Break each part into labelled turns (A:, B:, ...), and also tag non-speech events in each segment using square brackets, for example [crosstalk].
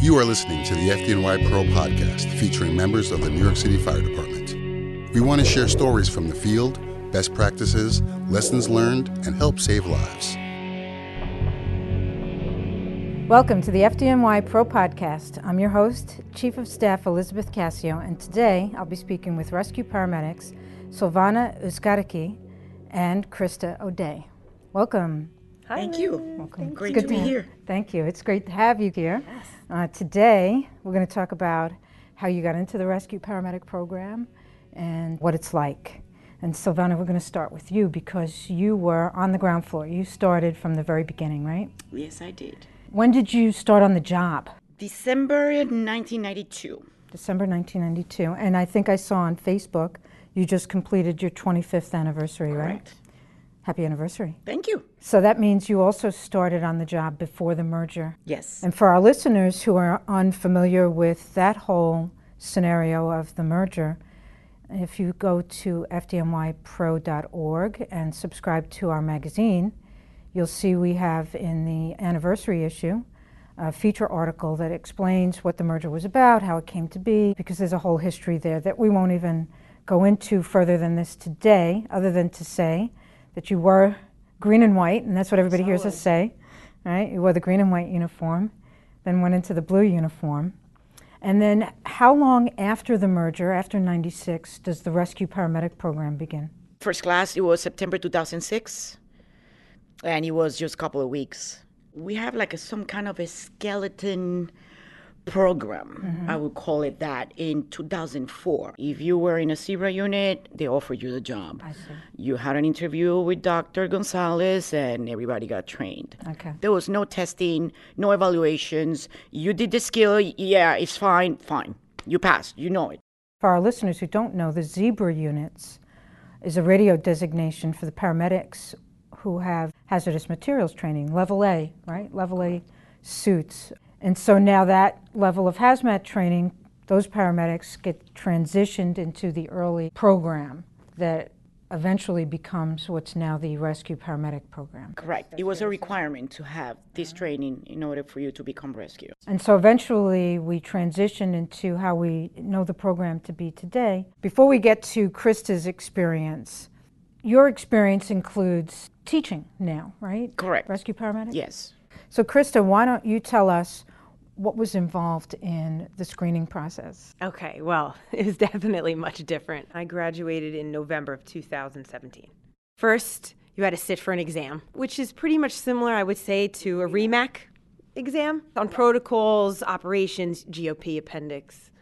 A: You are listening to the FDNY Pro podcast featuring members of the New York City Fire Department. We want to share stories from the field, best practices, lessons learned, and help save lives.
B: Welcome to the FDNY Pro Podcast. I'm your host, Chief of Staff Elizabeth Casio, and today I'll be speaking with rescue paramedics Silvana Uzgariki and Krista O'Day. Welcome.
C: Hi, Thank you.
B: Welcome. It's
C: Great
B: good
C: to be
B: have-
C: here.
B: Thank you. It's great to have you here. Uh, today, we're going to talk about how you got into the rescue paramedic program and what it's like. And Silvana, we're going to start with you because you were on the ground floor. You started from the very beginning, right?
C: Yes, I did.
B: When did you start on the job?
C: December 1992.
B: December 1992. And I think I saw on Facebook you just completed your 25th anniversary, right?
C: Correct.
B: Happy anniversary.
C: Thank you.
B: So that means you also started on the job before the merger.
C: Yes.
B: And for our listeners who are unfamiliar with that whole scenario of the merger, if you go to fdmypro.org and subscribe to our magazine, you'll see we have in the anniversary issue a feature article that explains what the merger was about, how it came to be, because there's a whole history there that we won't even go into further than this today, other than to say that you were green and white, and that's what everybody hears us say, right? You wore the green and white uniform, then went into the blue uniform. And then, how long after the merger, after 96, does the rescue paramedic program begin?
C: First class, it was September 2006, and it was just a couple of weeks. We have like a, some kind of a skeleton program, I would call it that, in 2004. If you were in a CIBRA unit, they offered you the job. I see. You had an interview with Dr. Gonzalez, and everybody got trained.
B: Okay.
C: There was no testing, no evaluations. You did the skill, yeah, it's fine, fine. You passed, you know it.
B: For our listeners who don't know, the zebra units is a radio designation for the paramedics who have hazardous materials training, level A, right? Level A suits. And so now that level of hazmat training, those paramedics get transitioned into the early program that eventually becomes what's now the rescue paramedic program.
C: Correct. It was a requirement to have this training in order for you to become rescue.
B: And so eventually we transitioned into how we know the program to be today. Before we get to Krista's experience, your experience includes teaching now, right?
C: Correct.
B: Rescue paramedic?
C: Yes.
B: So, Krista, why don't you tell us what was involved in the screening [laughs] process?
D: Okay, well, [laughs] it was definitely much different. I graduated in November of 2017. First, you had to sit for an exam, which is pretty much similar, I would say, to a REMAC exam on protocols, operations, GOP appendix,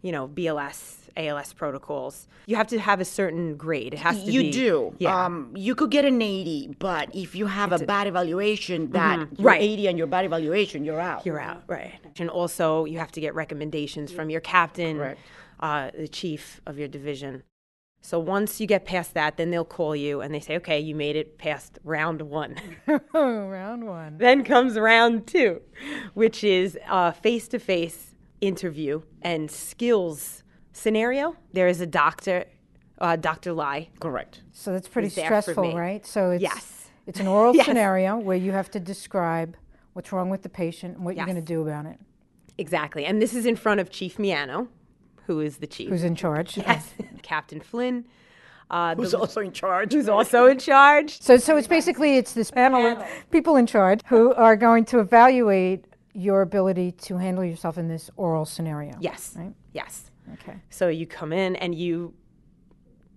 D: you know, BLS, ALS protocols. You have to have a certain grade. It has to
C: You
D: be.
C: do.
D: Yeah.
C: Um, you could get an 80, but if you have a bad evaluation, that your
D: Mm-hmm. Right.
C: 80 and your bad evaluation, you're out.
D: you're out, right? And also, you have to get recommendations from your captain,
C: Correct.
D: uh, the chief of your division. So once you get past that, then they'll call you and they say, "Okay, you made it past round one." [laughs]
B: Oh, Round one.
D: then comes round two, which is a face-to-face interview and skills scenario. There is a doctor, uh, Dr. Lai.
C: Correct.
B: So that's pretty
D: was there for
B: stressful,
D: me.
B: right? So it's,
D: Yes.
B: it's an oral
D: [laughs] Yes.
B: scenario where you have to describe what's wrong with the patient and what you're going to do about it.
D: Exactly, and this is in front of Chief Miano, who is the chief.
B: Who's in charge?
D: [laughs] yes, Captain Flynn. Uh,
C: Who's also in charge?
D: who's also in charge.
B: So, so it's basically it's this panel, of people in charge who are going to evaluate your ability to handle yourself in this oral scenario.
D: Yes.
B: Right?
D: Yes.
B: Okay.
D: So you come in and you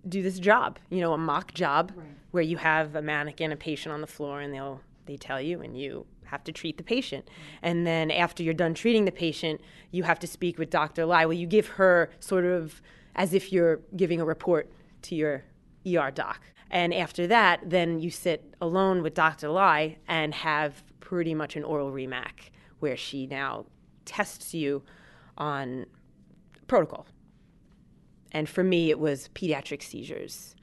D: do this job, you know, a mock job where you have a mannequin, a patient on the floor, and they'll they tell you and you have to treat the patient. And then after you're done treating the patient, you have to speak with Dr. Lai. Well, you give her sort of as if you're giving a report to your ER doc. And after that, then you sit alone with Dr. Lai and have pretty much an oral REMAC where she now tests you on protocol. And for me, it was pediatric seizures.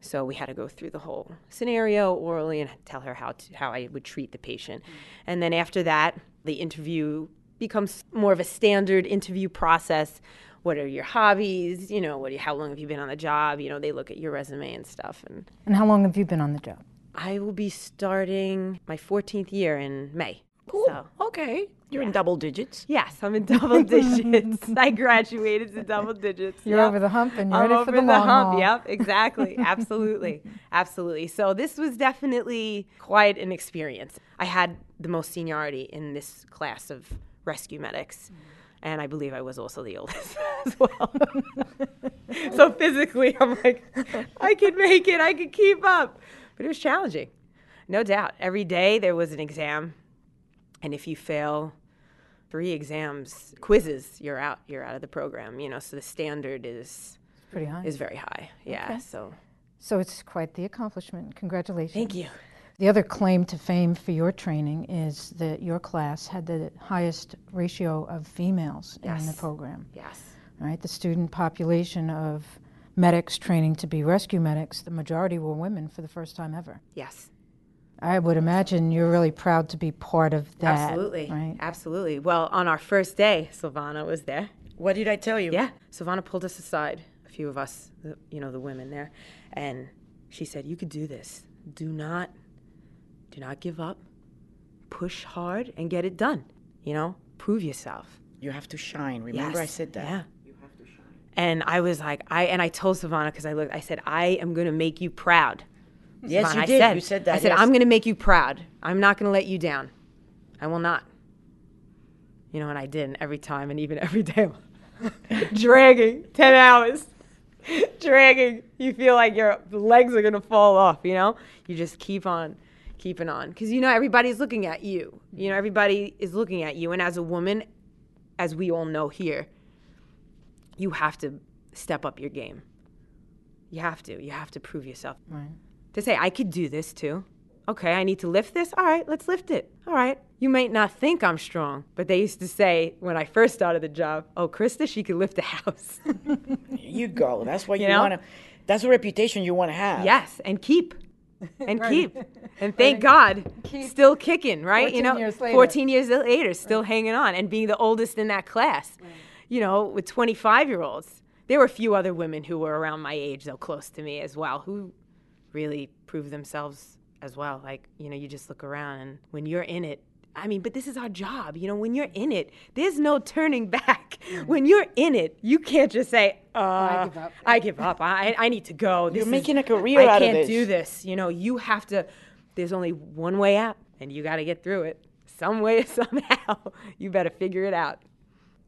D: So we had to go through the whole scenario orally and tell her how to, how I would treat the patient. And then after that, the interview becomes more of a standard interview process. What are your hobbies? You know, what do you, how long have you been on the job? You know, they look at your resume and stuff. And
B: And how long have you been on the job?
D: I will be starting my 14th year in May. So
C: Okay. You're in double digits.
D: Yes, I'm
B: [laughs]
D: in double digits. I graduated to double digits.
B: You're
D: Yep.
B: over the hump and you're
D: I'm
B: in it
D: over
B: for the, long
D: hump.
B: haul. [laughs]
D: Yep, exactly. Absolutely. Absolutely. So this was definitely quite an experience. I had the most seniority in this class of rescue medics. And I believe I was also the oldest [laughs]
B: [laughs]
D: as well. so physically, I'm like, I could make it, I could keep up. But it was challenging, no doubt. Every day there was an exam. And if you fail, three exams, quizzes, you're out. You're out of the program. You know, so the standard is
B: Pretty high.
D: is very high. Yeah. So
B: So it's quite the accomplishment. Congratulations.
D: thank you.
B: The other claim to fame for your training is that your class had the highest ratio of females in the
D: Yes.
B: program.
D: Yes.
B: All right, the student population of medics training to be rescue medics, the majority were women for the first time ever.
D: Yes.
B: I would imagine you're really proud to be part of that.
D: Absolutely.
B: Right.
D: Absolutely. Well, on our first day, Silvana was there.
C: What did I tell you?
D: Yeah. Silvana pulled us aside, a few of us, the, you know, the women there, and she said, "You could do this. Do not, do not give up. Push hard and get it done. You know, prove yourself."
C: You have to shine. Remember I
D: Yes.
C: said that?
D: Yeah. And I was like, I and I told Savannah because I looked, I said, I am going to make you proud.
C: Yes,
D: Savannah,
C: you
D: I
C: did. you said that.
D: I said,
C: yes.
D: I'm going to make you proud. I'm not going to let you down. I will not. You know, and I did, and every time, and even [laughs] every day, I'm dragging 10 hours, [laughs] dragging. You feel like your legs are going to fall off, you know? You just keep on keeping on. Because, you know, everybody's looking at you. You know, everybody is looking at you. And as a woman, as we all know here, you have to step up your game. You have to. You have to prove yourself
B: Right.
D: to say, I could do this too. Okay, I need to lift this. All right, let's lift it. All right. You might not think I'm strong, but they used to say when I first started the job, oh, Krista, she could lift a [laughs] house.
C: You go. That's what you,
D: know?
C: want to. That's the reputation you want to have.
D: yes, and
B: [laughs]
D: keep. And keep. And thank God, still kicking, right?
B: 14 years later.
D: 14 years later, still hanging on and being the oldest in that class, you know, with 25 year olds. There were a few other women who were around my age, though, close to me as well, who really prove themselves as well. Like, you know, you just look around and when you're in it, I mean, but this is our job. You know, when you're in it, there's no turning back. When you're in it, you can't just say, uh, I
B: Mm. give up.
D: I give up. I, I need to go. This
C: You're
D: is-
C: making a career out of
D: I can't
C: this."
D: do this. You know, you have to, there's only one way out and you got to get through it some way, [laughs] somehow. You better figure it out.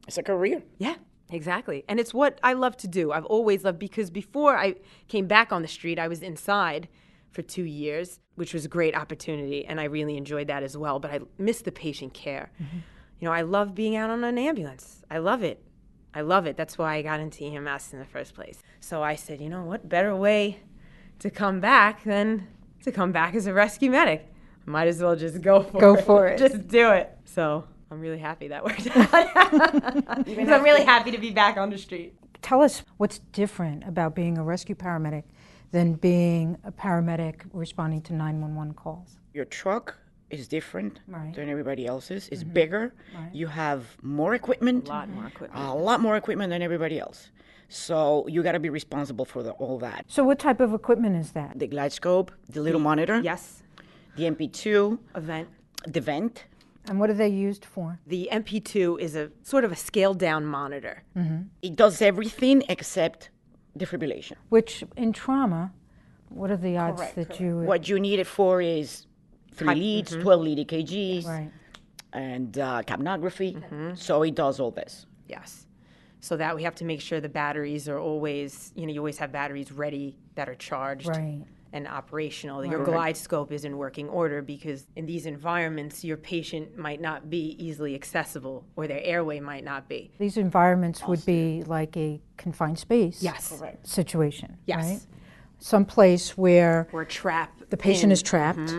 C: It's a career.
D: Yeah, exactly. And it's what I love to do. I've always loved because before I came back on the street, I was inside for 2 years, which was a great opportunity and I really enjoyed that as well, but I miss the patient care.
C: Mm-hmm.
D: You know, I love being out on an ambulance. I love it. I love it. That's why I got into EMS in the first place. So I said, you know what better way to come back than to come back as a rescue medic? Might as well just go for
B: Go
D: it.
B: for it.
D: [laughs] Just do it. So I'm really happy that worked
B: [laughs]
D: [laughs] out. Because I'm really happy to be back on the street.
B: Tell us what's different about being a rescue paramedic than being a paramedic responding to 911 calls.
C: Your truck is different
B: Right.
C: than everybody else's. It's bigger. You have more equipment. A lot
D: more equipment.
C: A lot more equipment than everybody else. So you got to be responsible for the, all that.
B: So, what type of equipment is that?
C: The glide scope, the little monitor,
B: Mm-hmm.
D: Yes,
C: the MP2,
D: event.
C: the vent.
B: And what are they used for?
D: The MP2 is a sort of a scaled down monitor.
C: It does everything except defibrillation.
B: Which, in trauma, what are the odds that you would.
C: What you need it for is three leads, 12 lead EKGs,
B: Right.
C: and uh, capnography. So it does all this.
D: Yes. So that we have to make sure the batteries are always, you know, you always have batteries ready that are charged
B: Right.
D: and operational. Your glide scope is in working order because in these environments, your patient might not be easily accessible or their airway might not be.
B: These environments would be like a confined space.
D: Yes.
B: Situation.
D: Yes.
B: Right? Some place where
D: Or a trap.
B: the patient
D: Mm-hmm.
B: is trapped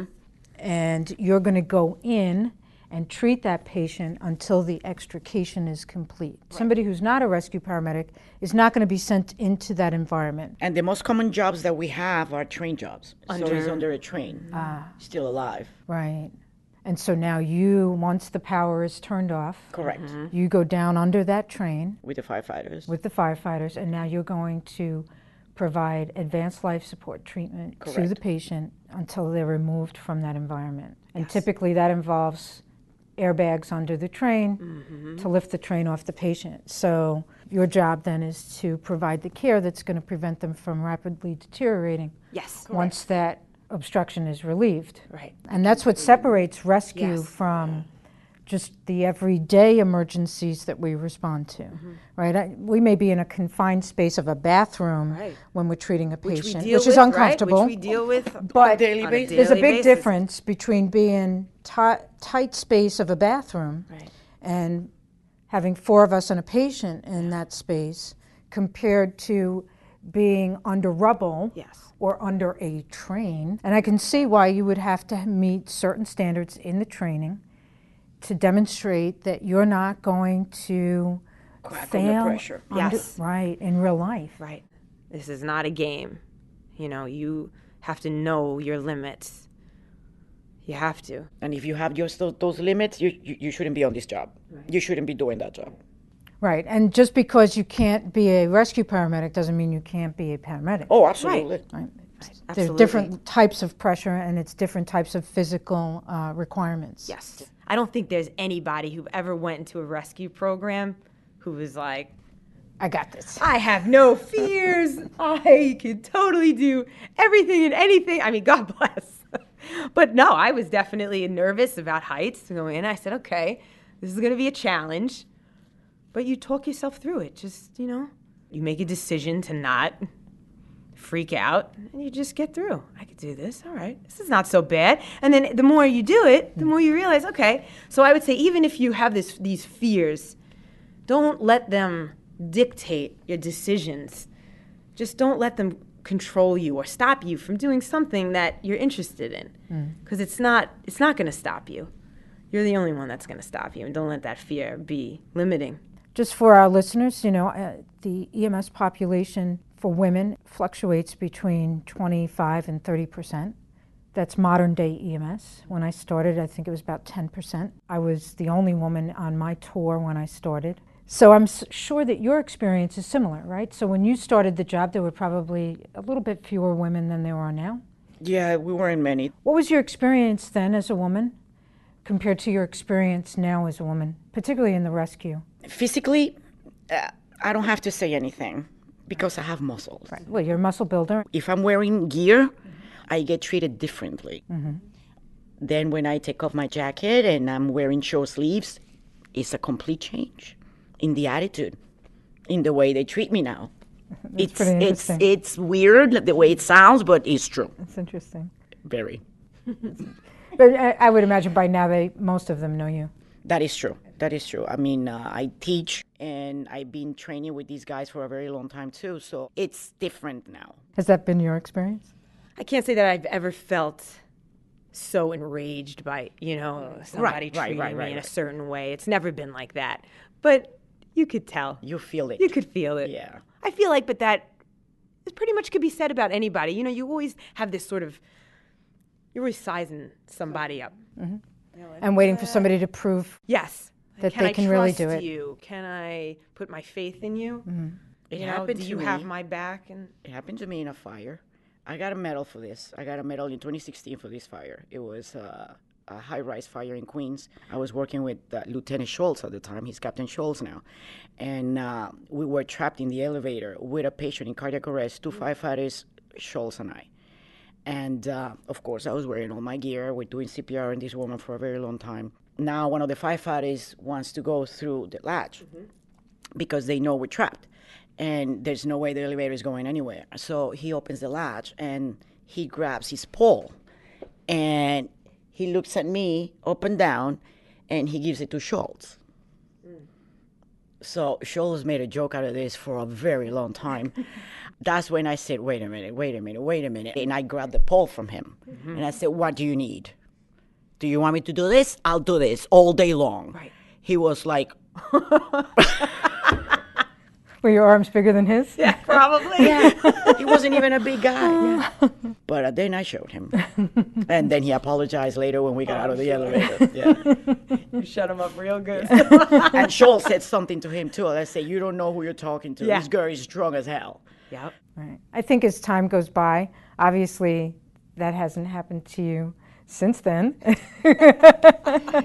B: and you're going to go in and treat that patient until the extrication is complete. Somebody who's not a rescue paramedic is not going to be sent into that environment.
C: And the most common jobs that we have are train jobs. so he's under a train,
B: Ah.
C: still alive.
B: Right. And so now you, once the power is turned off,
C: Correct.
B: you go down under that train
C: With the firefighters.
B: Mm-hmm. with the firefighters, and now you're going to provide advanced life support treatment to the patient until they're removed from that environment. And typically that involves airbags under the train to lift the train off the patient. So your job then is to provide the care that's going to prevent them from rapidly deteriorating
D: Yes.
B: once that obstruction is relieved.
D: Right.
B: And that's what separates rescue
D: Yes.
B: from just the everyday emergencies that we respond to,
E: Mm-hmm.
B: right? I, we may be in a confined space of a bathroom
D: Right.
B: when we're treating a patient, which,
E: deal
B: is
E: with, right?
B: uncomfortable.
E: Which we deal with
B: But
E: on a daily
D: on a
E: basis.
B: There's a
D: daily
B: big
D: basis.
B: difference between being ti- tight space of a bathroom
D: Right.
B: and having four of us and a patient in that space compared to being under rubble
D: Yes.
B: or under a train. And I can see why you would have to meet certain standards in the training to demonstrate that you're not going to
C: under
B: fail
C: pressure.
B: under-
D: Yes.
B: right in real life.
D: Right. This is not a game. You know, you have to know your limits. You have to.
C: And if you have your, those, those limits, you, you, you shouldn't be on this job. You shouldn't be doing that job.
B: Right. And just because you can't be a rescue paramedic doesn't mean you can't be a paramedic.
C: Oh, absolutely.
B: Right. There's
D: Absolutely.
B: different types of pressure and it's different types of physical uh, requirements.
D: Yes. I don't think there's anybody who ever went into a rescue program who was like,
B: I got this.
D: I have no fears. I can totally do everything and anything. I mean, God [laughs] bless. but no, I was definitely nervous about heights going in. I said, okay, this is going to be a challenge. But you talk yourself through it. Just, you know, you make a decision to not freak out and you just get through. I could do this. All right. This is not so bad. And then the more you do it, the more you realize, okay. So I would say even if you have this these fears, don't let them dictate your decisions. Just don't let them control you or stop you from doing something that you're interested in.
C: Mm.
D: Cuz it's not it's not going to stop you. You're the only one that's going to stop you and don't let that fear be limiting.
B: Just for our listeners, you know, uh, the EMS population for women fluctuates between 25 and 30 percent. That's modern day EMS. When I started, I think it was about 10 percent. I was the only woman on my tour when I started. So I'm s- sure that your experience is similar, right? So when you started the job, there were probably a little bit fewer women than there are now.
C: Yeah, we weren't many.
B: What was your experience then as a woman compared to your experience now as a woman, particularly in the rescue?
C: Physically, uh, I don't have to say anything because I have muscles.
B: Well, you're a muscle builder.
C: If I'm wearing gear, I get treated differently.
B: Mm-hmm.
C: Then when I take off my jacket and I'm wearing short sleeves, it's a complete change in the attitude, in the way they treat me now. it's
B: pretty
C: it's
B: interesting.
C: it's weird like, the way it sounds, but it's true.
B: That's interesting.
C: Very.
B: But I, I would imagine by now they most of them know you.
C: That is true. That is true. I mean, uh, I teach and I've been training with these guys for a very long time too. So it's different now.
B: Has that been your experience?
D: I can't say that I've ever felt so enraged by, you know, somebody
C: right,
D: treating
C: right,
D: me
C: right,
D: in
C: right.
D: a certain way. It's never been like that. But you could tell.
C: You feel it.
D: You could feel it.
C: Yeah.
D: I feel like, but that it pretty much could be said about anybody. You know, you always have this sort of, you're always sizing somebody up.
B: And waiting for somebody to prove.
D: Yes.
B: That
D: can
B: they
D: I
B: can really
D: trust
B: do it. Mm-hmm.
D: you? Can I put my faith in you?
C: It
D: You know,
C: happened
D: do
C: to
D: you
C: me.
D: have my back? [laughs] And
C: It happened to me in a fire. I got a medal for this. I got a medal in 2016 for this fire. It was uh, a high rise fire in Queens. I was working with uh, Lieutenant Schultz at the time. He's Captain Schultz now. And uh, we were trapped in the elevator with a patient in cardiac arrest, two firefighters, Schultz and I. And uh, of course, I was wearing all my gear. We're doing CPR on this woman for a very long time. Now, one of the firefighters wants to go through the latch because they know we're trapped and there's no way the elevator is going anywhere. So he opens the latch and he grabs his pole and he looks at me up and down and he gives it to Schultz. So Schultz made a joke out of this for a very long time. That's when I said, wait a minute, wait a minute, wait a minute. And I grabbed the pole from him and I said, what do you need? Do you want me to do this? I'll do this all day long.
D: Right.
C: He was like,
B: Were your arms bigger than his? Yeah.
D: probably. [laughs]
C: he wasn't even a big guy. But uh, then I showed him. and then he apologized later when we got out of the elevator. Yeah.
D: you shut them up real good.
C: and Joel said something to him too. I said, You don't know who you're talking to.
D: Yeah.
C: This girl is strong as hell.
D: yep.
B: Right. I think as time goes by, obviously that hasn't happened to you since then. [laughs] I-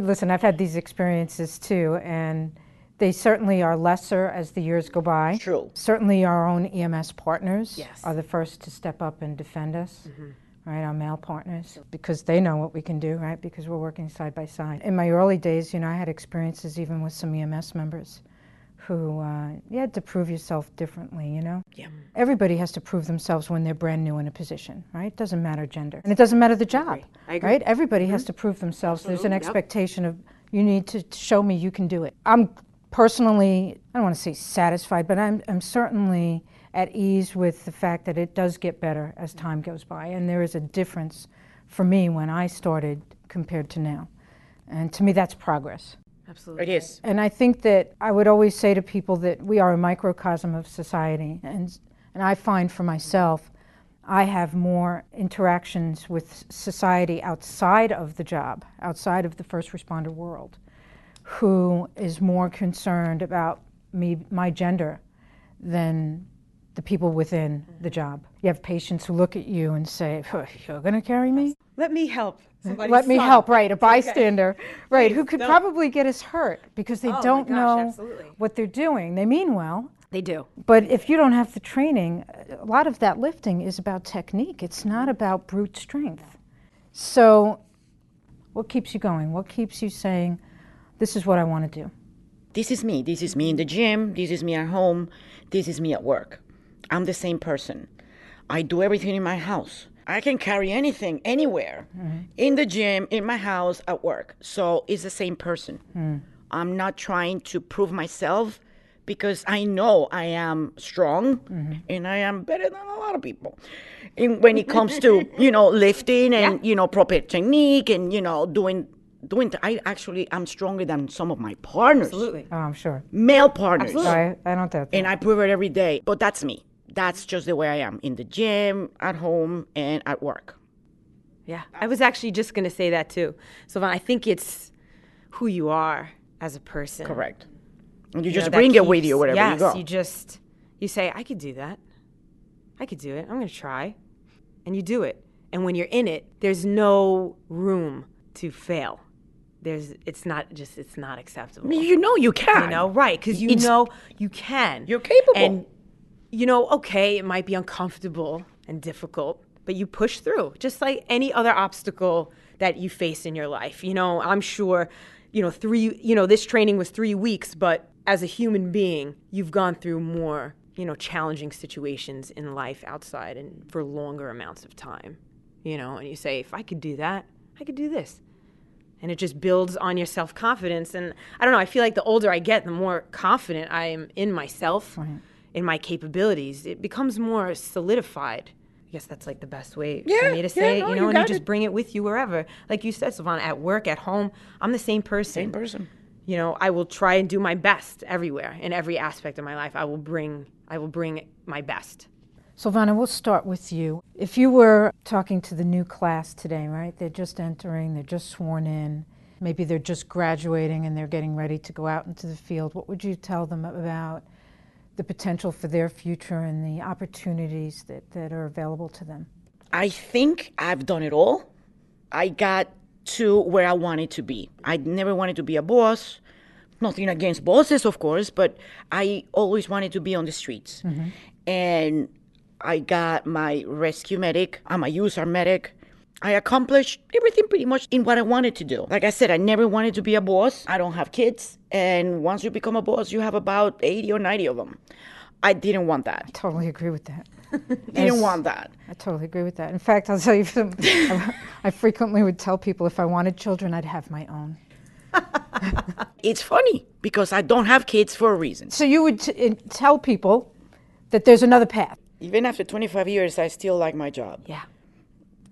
B: Listen, I've had these experiences too, and they certainly are lesser as the years go by.
C: True.
B: Certainly, our own EMS partners
D: Yes.
B: are the first to step up and defend us. Right, our male partners, because they know what we can do, right? Because we're working side by side. In my early days, you know, I had experiences even with some EMS members who uh, you had to prove yourself differently, you know?
C: Yeah.
B: Everybody has to prove themselves when they're brand new in a position, right? Doesn't matter gender. And it doesn't matter the job,
D: I agree. Mm-hmm.
B: right? Everybody has to prove themselves. There's an expectation of you need to to show me you can do it. I'm personally, I don't want to say satisfied, but I'm, I'm certainly at ease with the fact that it does get better as
D: Mm-hmm.
B: time goes by. And there is a difference for me when I started compared to now. And to me, that's progress.
D: [laughs] Absolutely.
C: It is.
B: And I think that I would always say to people that we are a microcosm of society. And, and I find for myself, I have more interactions with society outside of the job, outside of the first responder world, who is more concerned about me, my gender than the people within the job. You have patients who look at you and say, "Huh, You're going to carry me?
D: Let me help. Somebody
B: let me
D: son.
B: help right a bystander right who could probably get us hurt because they
D: Oh my
B: don't
D: gosh,
B: know
D: absolutely.
B: what they're doing they mean well
D: They do.
B: but if you don't have the training a lot of that lifting is about technique it's not about brute strength so what keeps you going what keeps you saying this is what i want to do
C: This is me. This is me in the gym. This is me at home. This is me at work. I'm the same person. I do everything in my house. I can carry anything anywhere in the gym, in my house, at work. So it's the same person. I'm not trying to prove myself because I know I am strong and I am better than a lot of people. And when it comes to, you know, lifting and, you know, proper technique and, you know, doing doing I actually am stronger than some of my partners
D: Absolutely.
B: oh, i'm sure
C: male partners.
B: I, I don't doubt that
C: And I prove it every day. But that's me. That's just the way I am in the gym, at home, and at work.
D: Yeah. I was actually just going to say that too. Sylvan, I think it's who you are as a person.
C: Correct. And you
D: You know,
C: just
D: that
C: bring it with
D: keeps-
C: you wherever
D: yes,
C: you go.
D: just you say, I could do that. I could do it. I'm gonna try. And you do it. And when you're in it, there's no room to fail. There's it's not just it's not acceptable.
C: You know you can.
D: You know, right? Because you
C: It's-
D: know you can.
C: You're capable.
D: And you know, okay, it might be uncomfortable and difficult, but you push through, just like any other obstacle that you face in your life. You know, I'm sure, you know, three. You know, this training was three weeks, but as a human being, you've gone through more. You know, challenging situations in life outside and for longer amounts of time. You know, and you say, if I could do that, I could do this and it just builds on your self confidence. And I don't know, I feel like the older I get, the more confident I am in myself, in my capabilities. It becomes more solidified. I guess that's like the best way
C: Yeah,
D: for me
C: yeah,
D: to say it,
C: no,
D: you
C: you
D: know, and you
C: got
D: just
C: it.
D: bring it with you wherever. Like you said, Savannah, at work, at home, I'm the same person.
C: Same person.
D: You know, I will try and do my best everywhere in every aspect of my life. I will bring I will bring my best.
B: Silvana, we'll start with you. If you were talking to the new class today, right? They're just entering, they're just sworn in, maybe they're just graduating and they're getting ready to go out into the field. What would you tell them about the potential for their future and the opportunities that, that are available to them?
C: I think I've done it all. I got to where I wanted to be. I never wanted to be a boss. Nothing against bosses, of course, but I always wanted to be on the streets. And I got my rescue medic. I'm a user medic. I accomplished everything pretty much in what I wanted to do. Like I said, I never wanted to be a boss. I don't have kids. And once you become a boss, you have about 80 or 90 of them. I didn't want that.
B: Totally agree with that.
C: Didn't want that.
B: I totally agree with that. In fact, I'll tell you, [laughs] some- I frequently would tell people if I wanted children, I'd have my own.
C: It's funny because I don't have kids for a reason.
B: So you would t- in- tell people that there's another path.
C: Even after 25 years, I still like my job.
D: Yeah.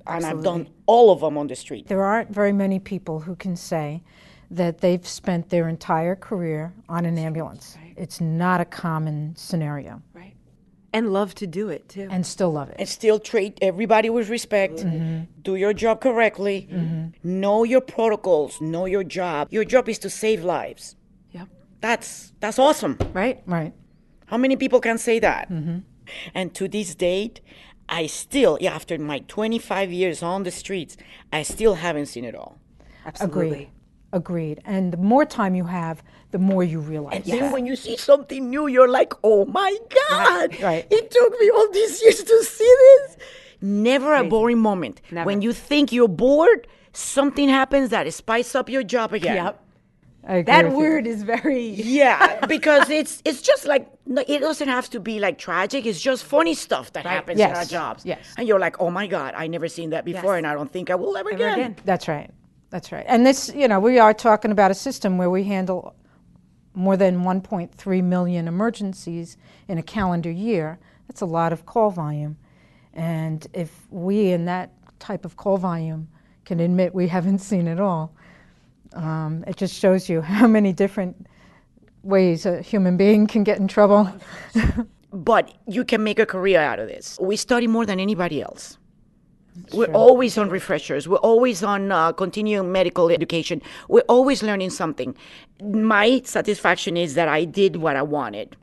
C: And I've done all of them on the street.
B: There aren't very many people who can say that they've spent their entire career on an ambulance. It's not a common scenario
D: Right. And love to do it too.
B: and still love it.
C: And still treat everybody with respect, do your job correctly, know your protocols, know your job. Your job is to save lives.
D: Yep.
C: That's that's awesome.
D: Right?
B: Right.
C: Mm-hmm. How many people can say that? And to this date, I still, yeah, after my 25 years on the streets, I still haven't seen it all.
D: Absolutely.
B: Agreed. Agreed. And the more time you have, the more you realize.
C: And then
B: that.
C: when you see something new, you're like, oh my God,
B: right.
C: it took me all these years to see this. Never a boring moment. When you think you're bored, something happens that spice up your job again.
D: Yep.
B: I agree
D: That
B: with you.
D: word is [laughs] very.
C: Yeah, because it's it's just like no, it doesn't have to be like tragic. It's just funny stuff that happens in our
B: Yes.
C: jobs.
B: Yes.
C: and you're like, oh my god, I never seen that before, and I don't think I will ever, again.
D: again.
B: That's right. That's right. And this, you know, we are talking about a system where we handle more than 1.3 million emergencies in a calendar year. That's a lot of call volume. And if we, in that type of call volume, can admit we haven't [laughs] seen it all, um, it just shows you [laughs] how many different ways a human being can get in trouble.
C: But you can make a career out of this. We study more than anybody else. We're always on refreshers. We're always on uh, continuing medical education. We're always learning something. My satisfaction is that I did what I wanted.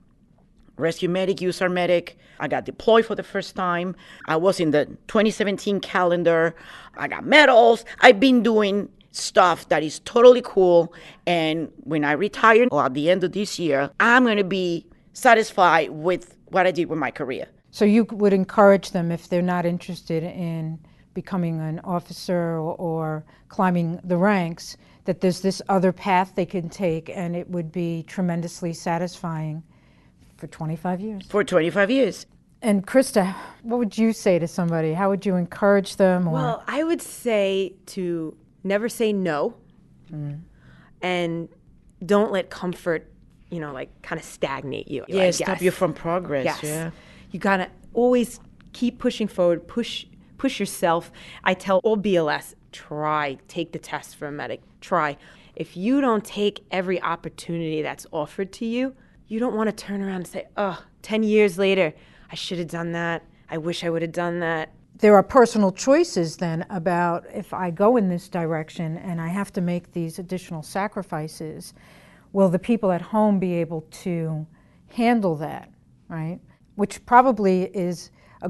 C: rescue medic, user medic. I got deployed for the first time. I was in the 2017 calendar. I got medals. I've been doing stuff that is totally cool. And when I retire or at the end of this year, I'm going to be satisfied with what I did with my career.
B: So you would encourage them if they're not interested in becoming an officer or, or climbing the ranks that there's this other path they can take and it would be tremendously satisfying for 25 years.
C: For 25 years,
B: And Krista, what would you say to somebody? How would you encourage them or
D: Well, I would say to never say no, Mm. and don't let comfort, you know, like kind of stagnate you. I
C: yeah, stop
D: guess.
C: you from progress.
D: Yes.
C: Yeah.
D: You gotta always keep pushing forward, push push yourself. I tell all BLS, try, take the test for a medic, try. If you don't take every opportunity that's offered to you, you don't want to turn around and say, oh, 10 years later, I should have done that. I wish I would have done that.
B: there are personal choices then about if I go in this direction and I have to make these additional sacrifices, will the people at home be able to handle that, right? Which probably is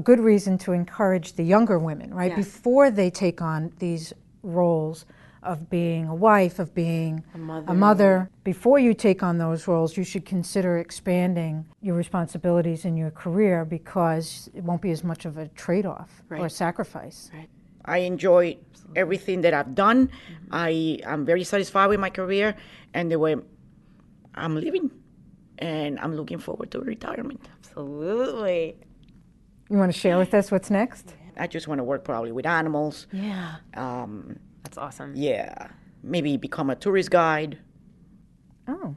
B: a good reason to encourage the younger women, right? Before they take on these roles of being a wife, of being a mother. Before you take on those roles, you should consider expanding your responsibilities in your career because it won't be as much of a trade off or sacrifice.
C: I enjoy everything that I've done. I am very satisfied with my career and the way I'm living. And I'm looking forward to retirement.
D: Absolutely.
B: You want to share with us what's next?
C: I just want to work probably with animals.
D: Yeah.
C: Um,
D: That's awesome.
C: yeah, maybe become a tourist guide.
B: Oh,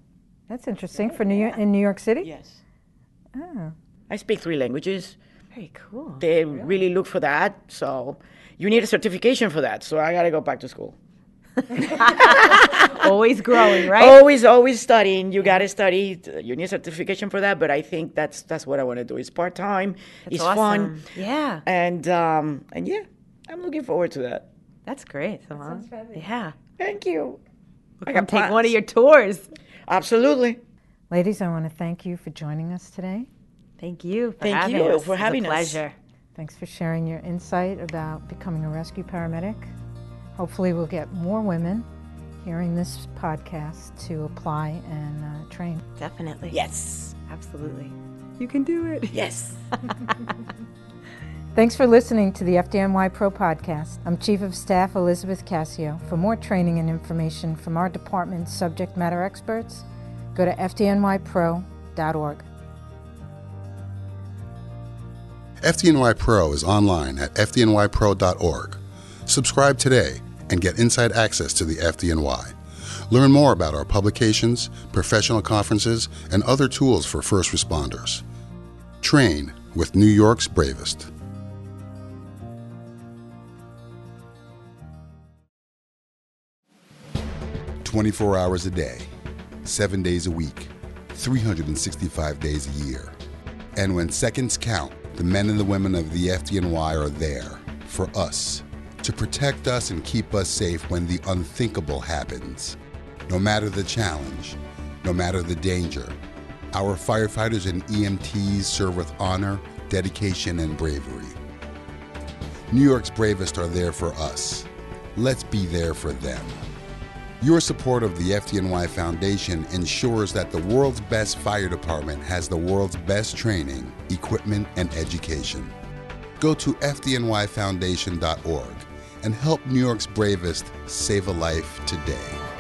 B: that's interesting for New York, in New York City.
C: Yes.
B: Oh.
C: I speak three languages.
D: Very [laughs] cool.
C: They really? look for that. So you need a certification for that. So I got to go back to school.
D: Always growing, right?
C: Always, always studying. You got to study. You need certification for that. But I think that's that's what I want to do. It's part time. It's fun.
D: awesome. Yeah.
C: And um, and yeah, I'm looking forward to that.
D: That's great. Someone. yeah.
C: Thank you. I
D: Come take one
C: plans.
D: of your tours.
C: Absolutely.
B: Ladies, I want to thank you for joining us today.
D: Thank you. For
C: Thank
D: having
C: you
D: us.
C: for
D: It was a
C: having us.
D: pleasure.
B: Thanks for sharing your insight about becoming a rescue paramedic. Hopefully, we'll get more women hearing this podcast to apply and uh, train.
D: Definitely.
C: Yes.
D: Absolutely. You can do it.
C: Yes.
B: Thanks for listening to the FDNY Pro Podcast. I'm Chief of Staff Elizabeth Cassio. For more training and information from our department's subject matter experts, go to fdnypro.org.
A: FDNY Pro is online at FDNYPro.org. Subscribe today and get inside access to the FDNY. Learn more about our publications, professional conferences, and other tools for first responders. Train with New York's bravest. Twenty-four hours a day, seven days a week, 365 days a year. And when seconds count, the men and the women of the FDNY are there for us to protect us and keep us safe when the unthinkable happens. No matter the challenge, no matter the danger, E our firefighters and EMTs serve with honor, dedication, and bravery. New York's bravest are there for us. Let's be there for them. Your support of the FDNY Foundation ensures that the world's best fire department has the world's best training, equipment, and education. Go to FDNYFoundation.org and help New York's bravest save a life today.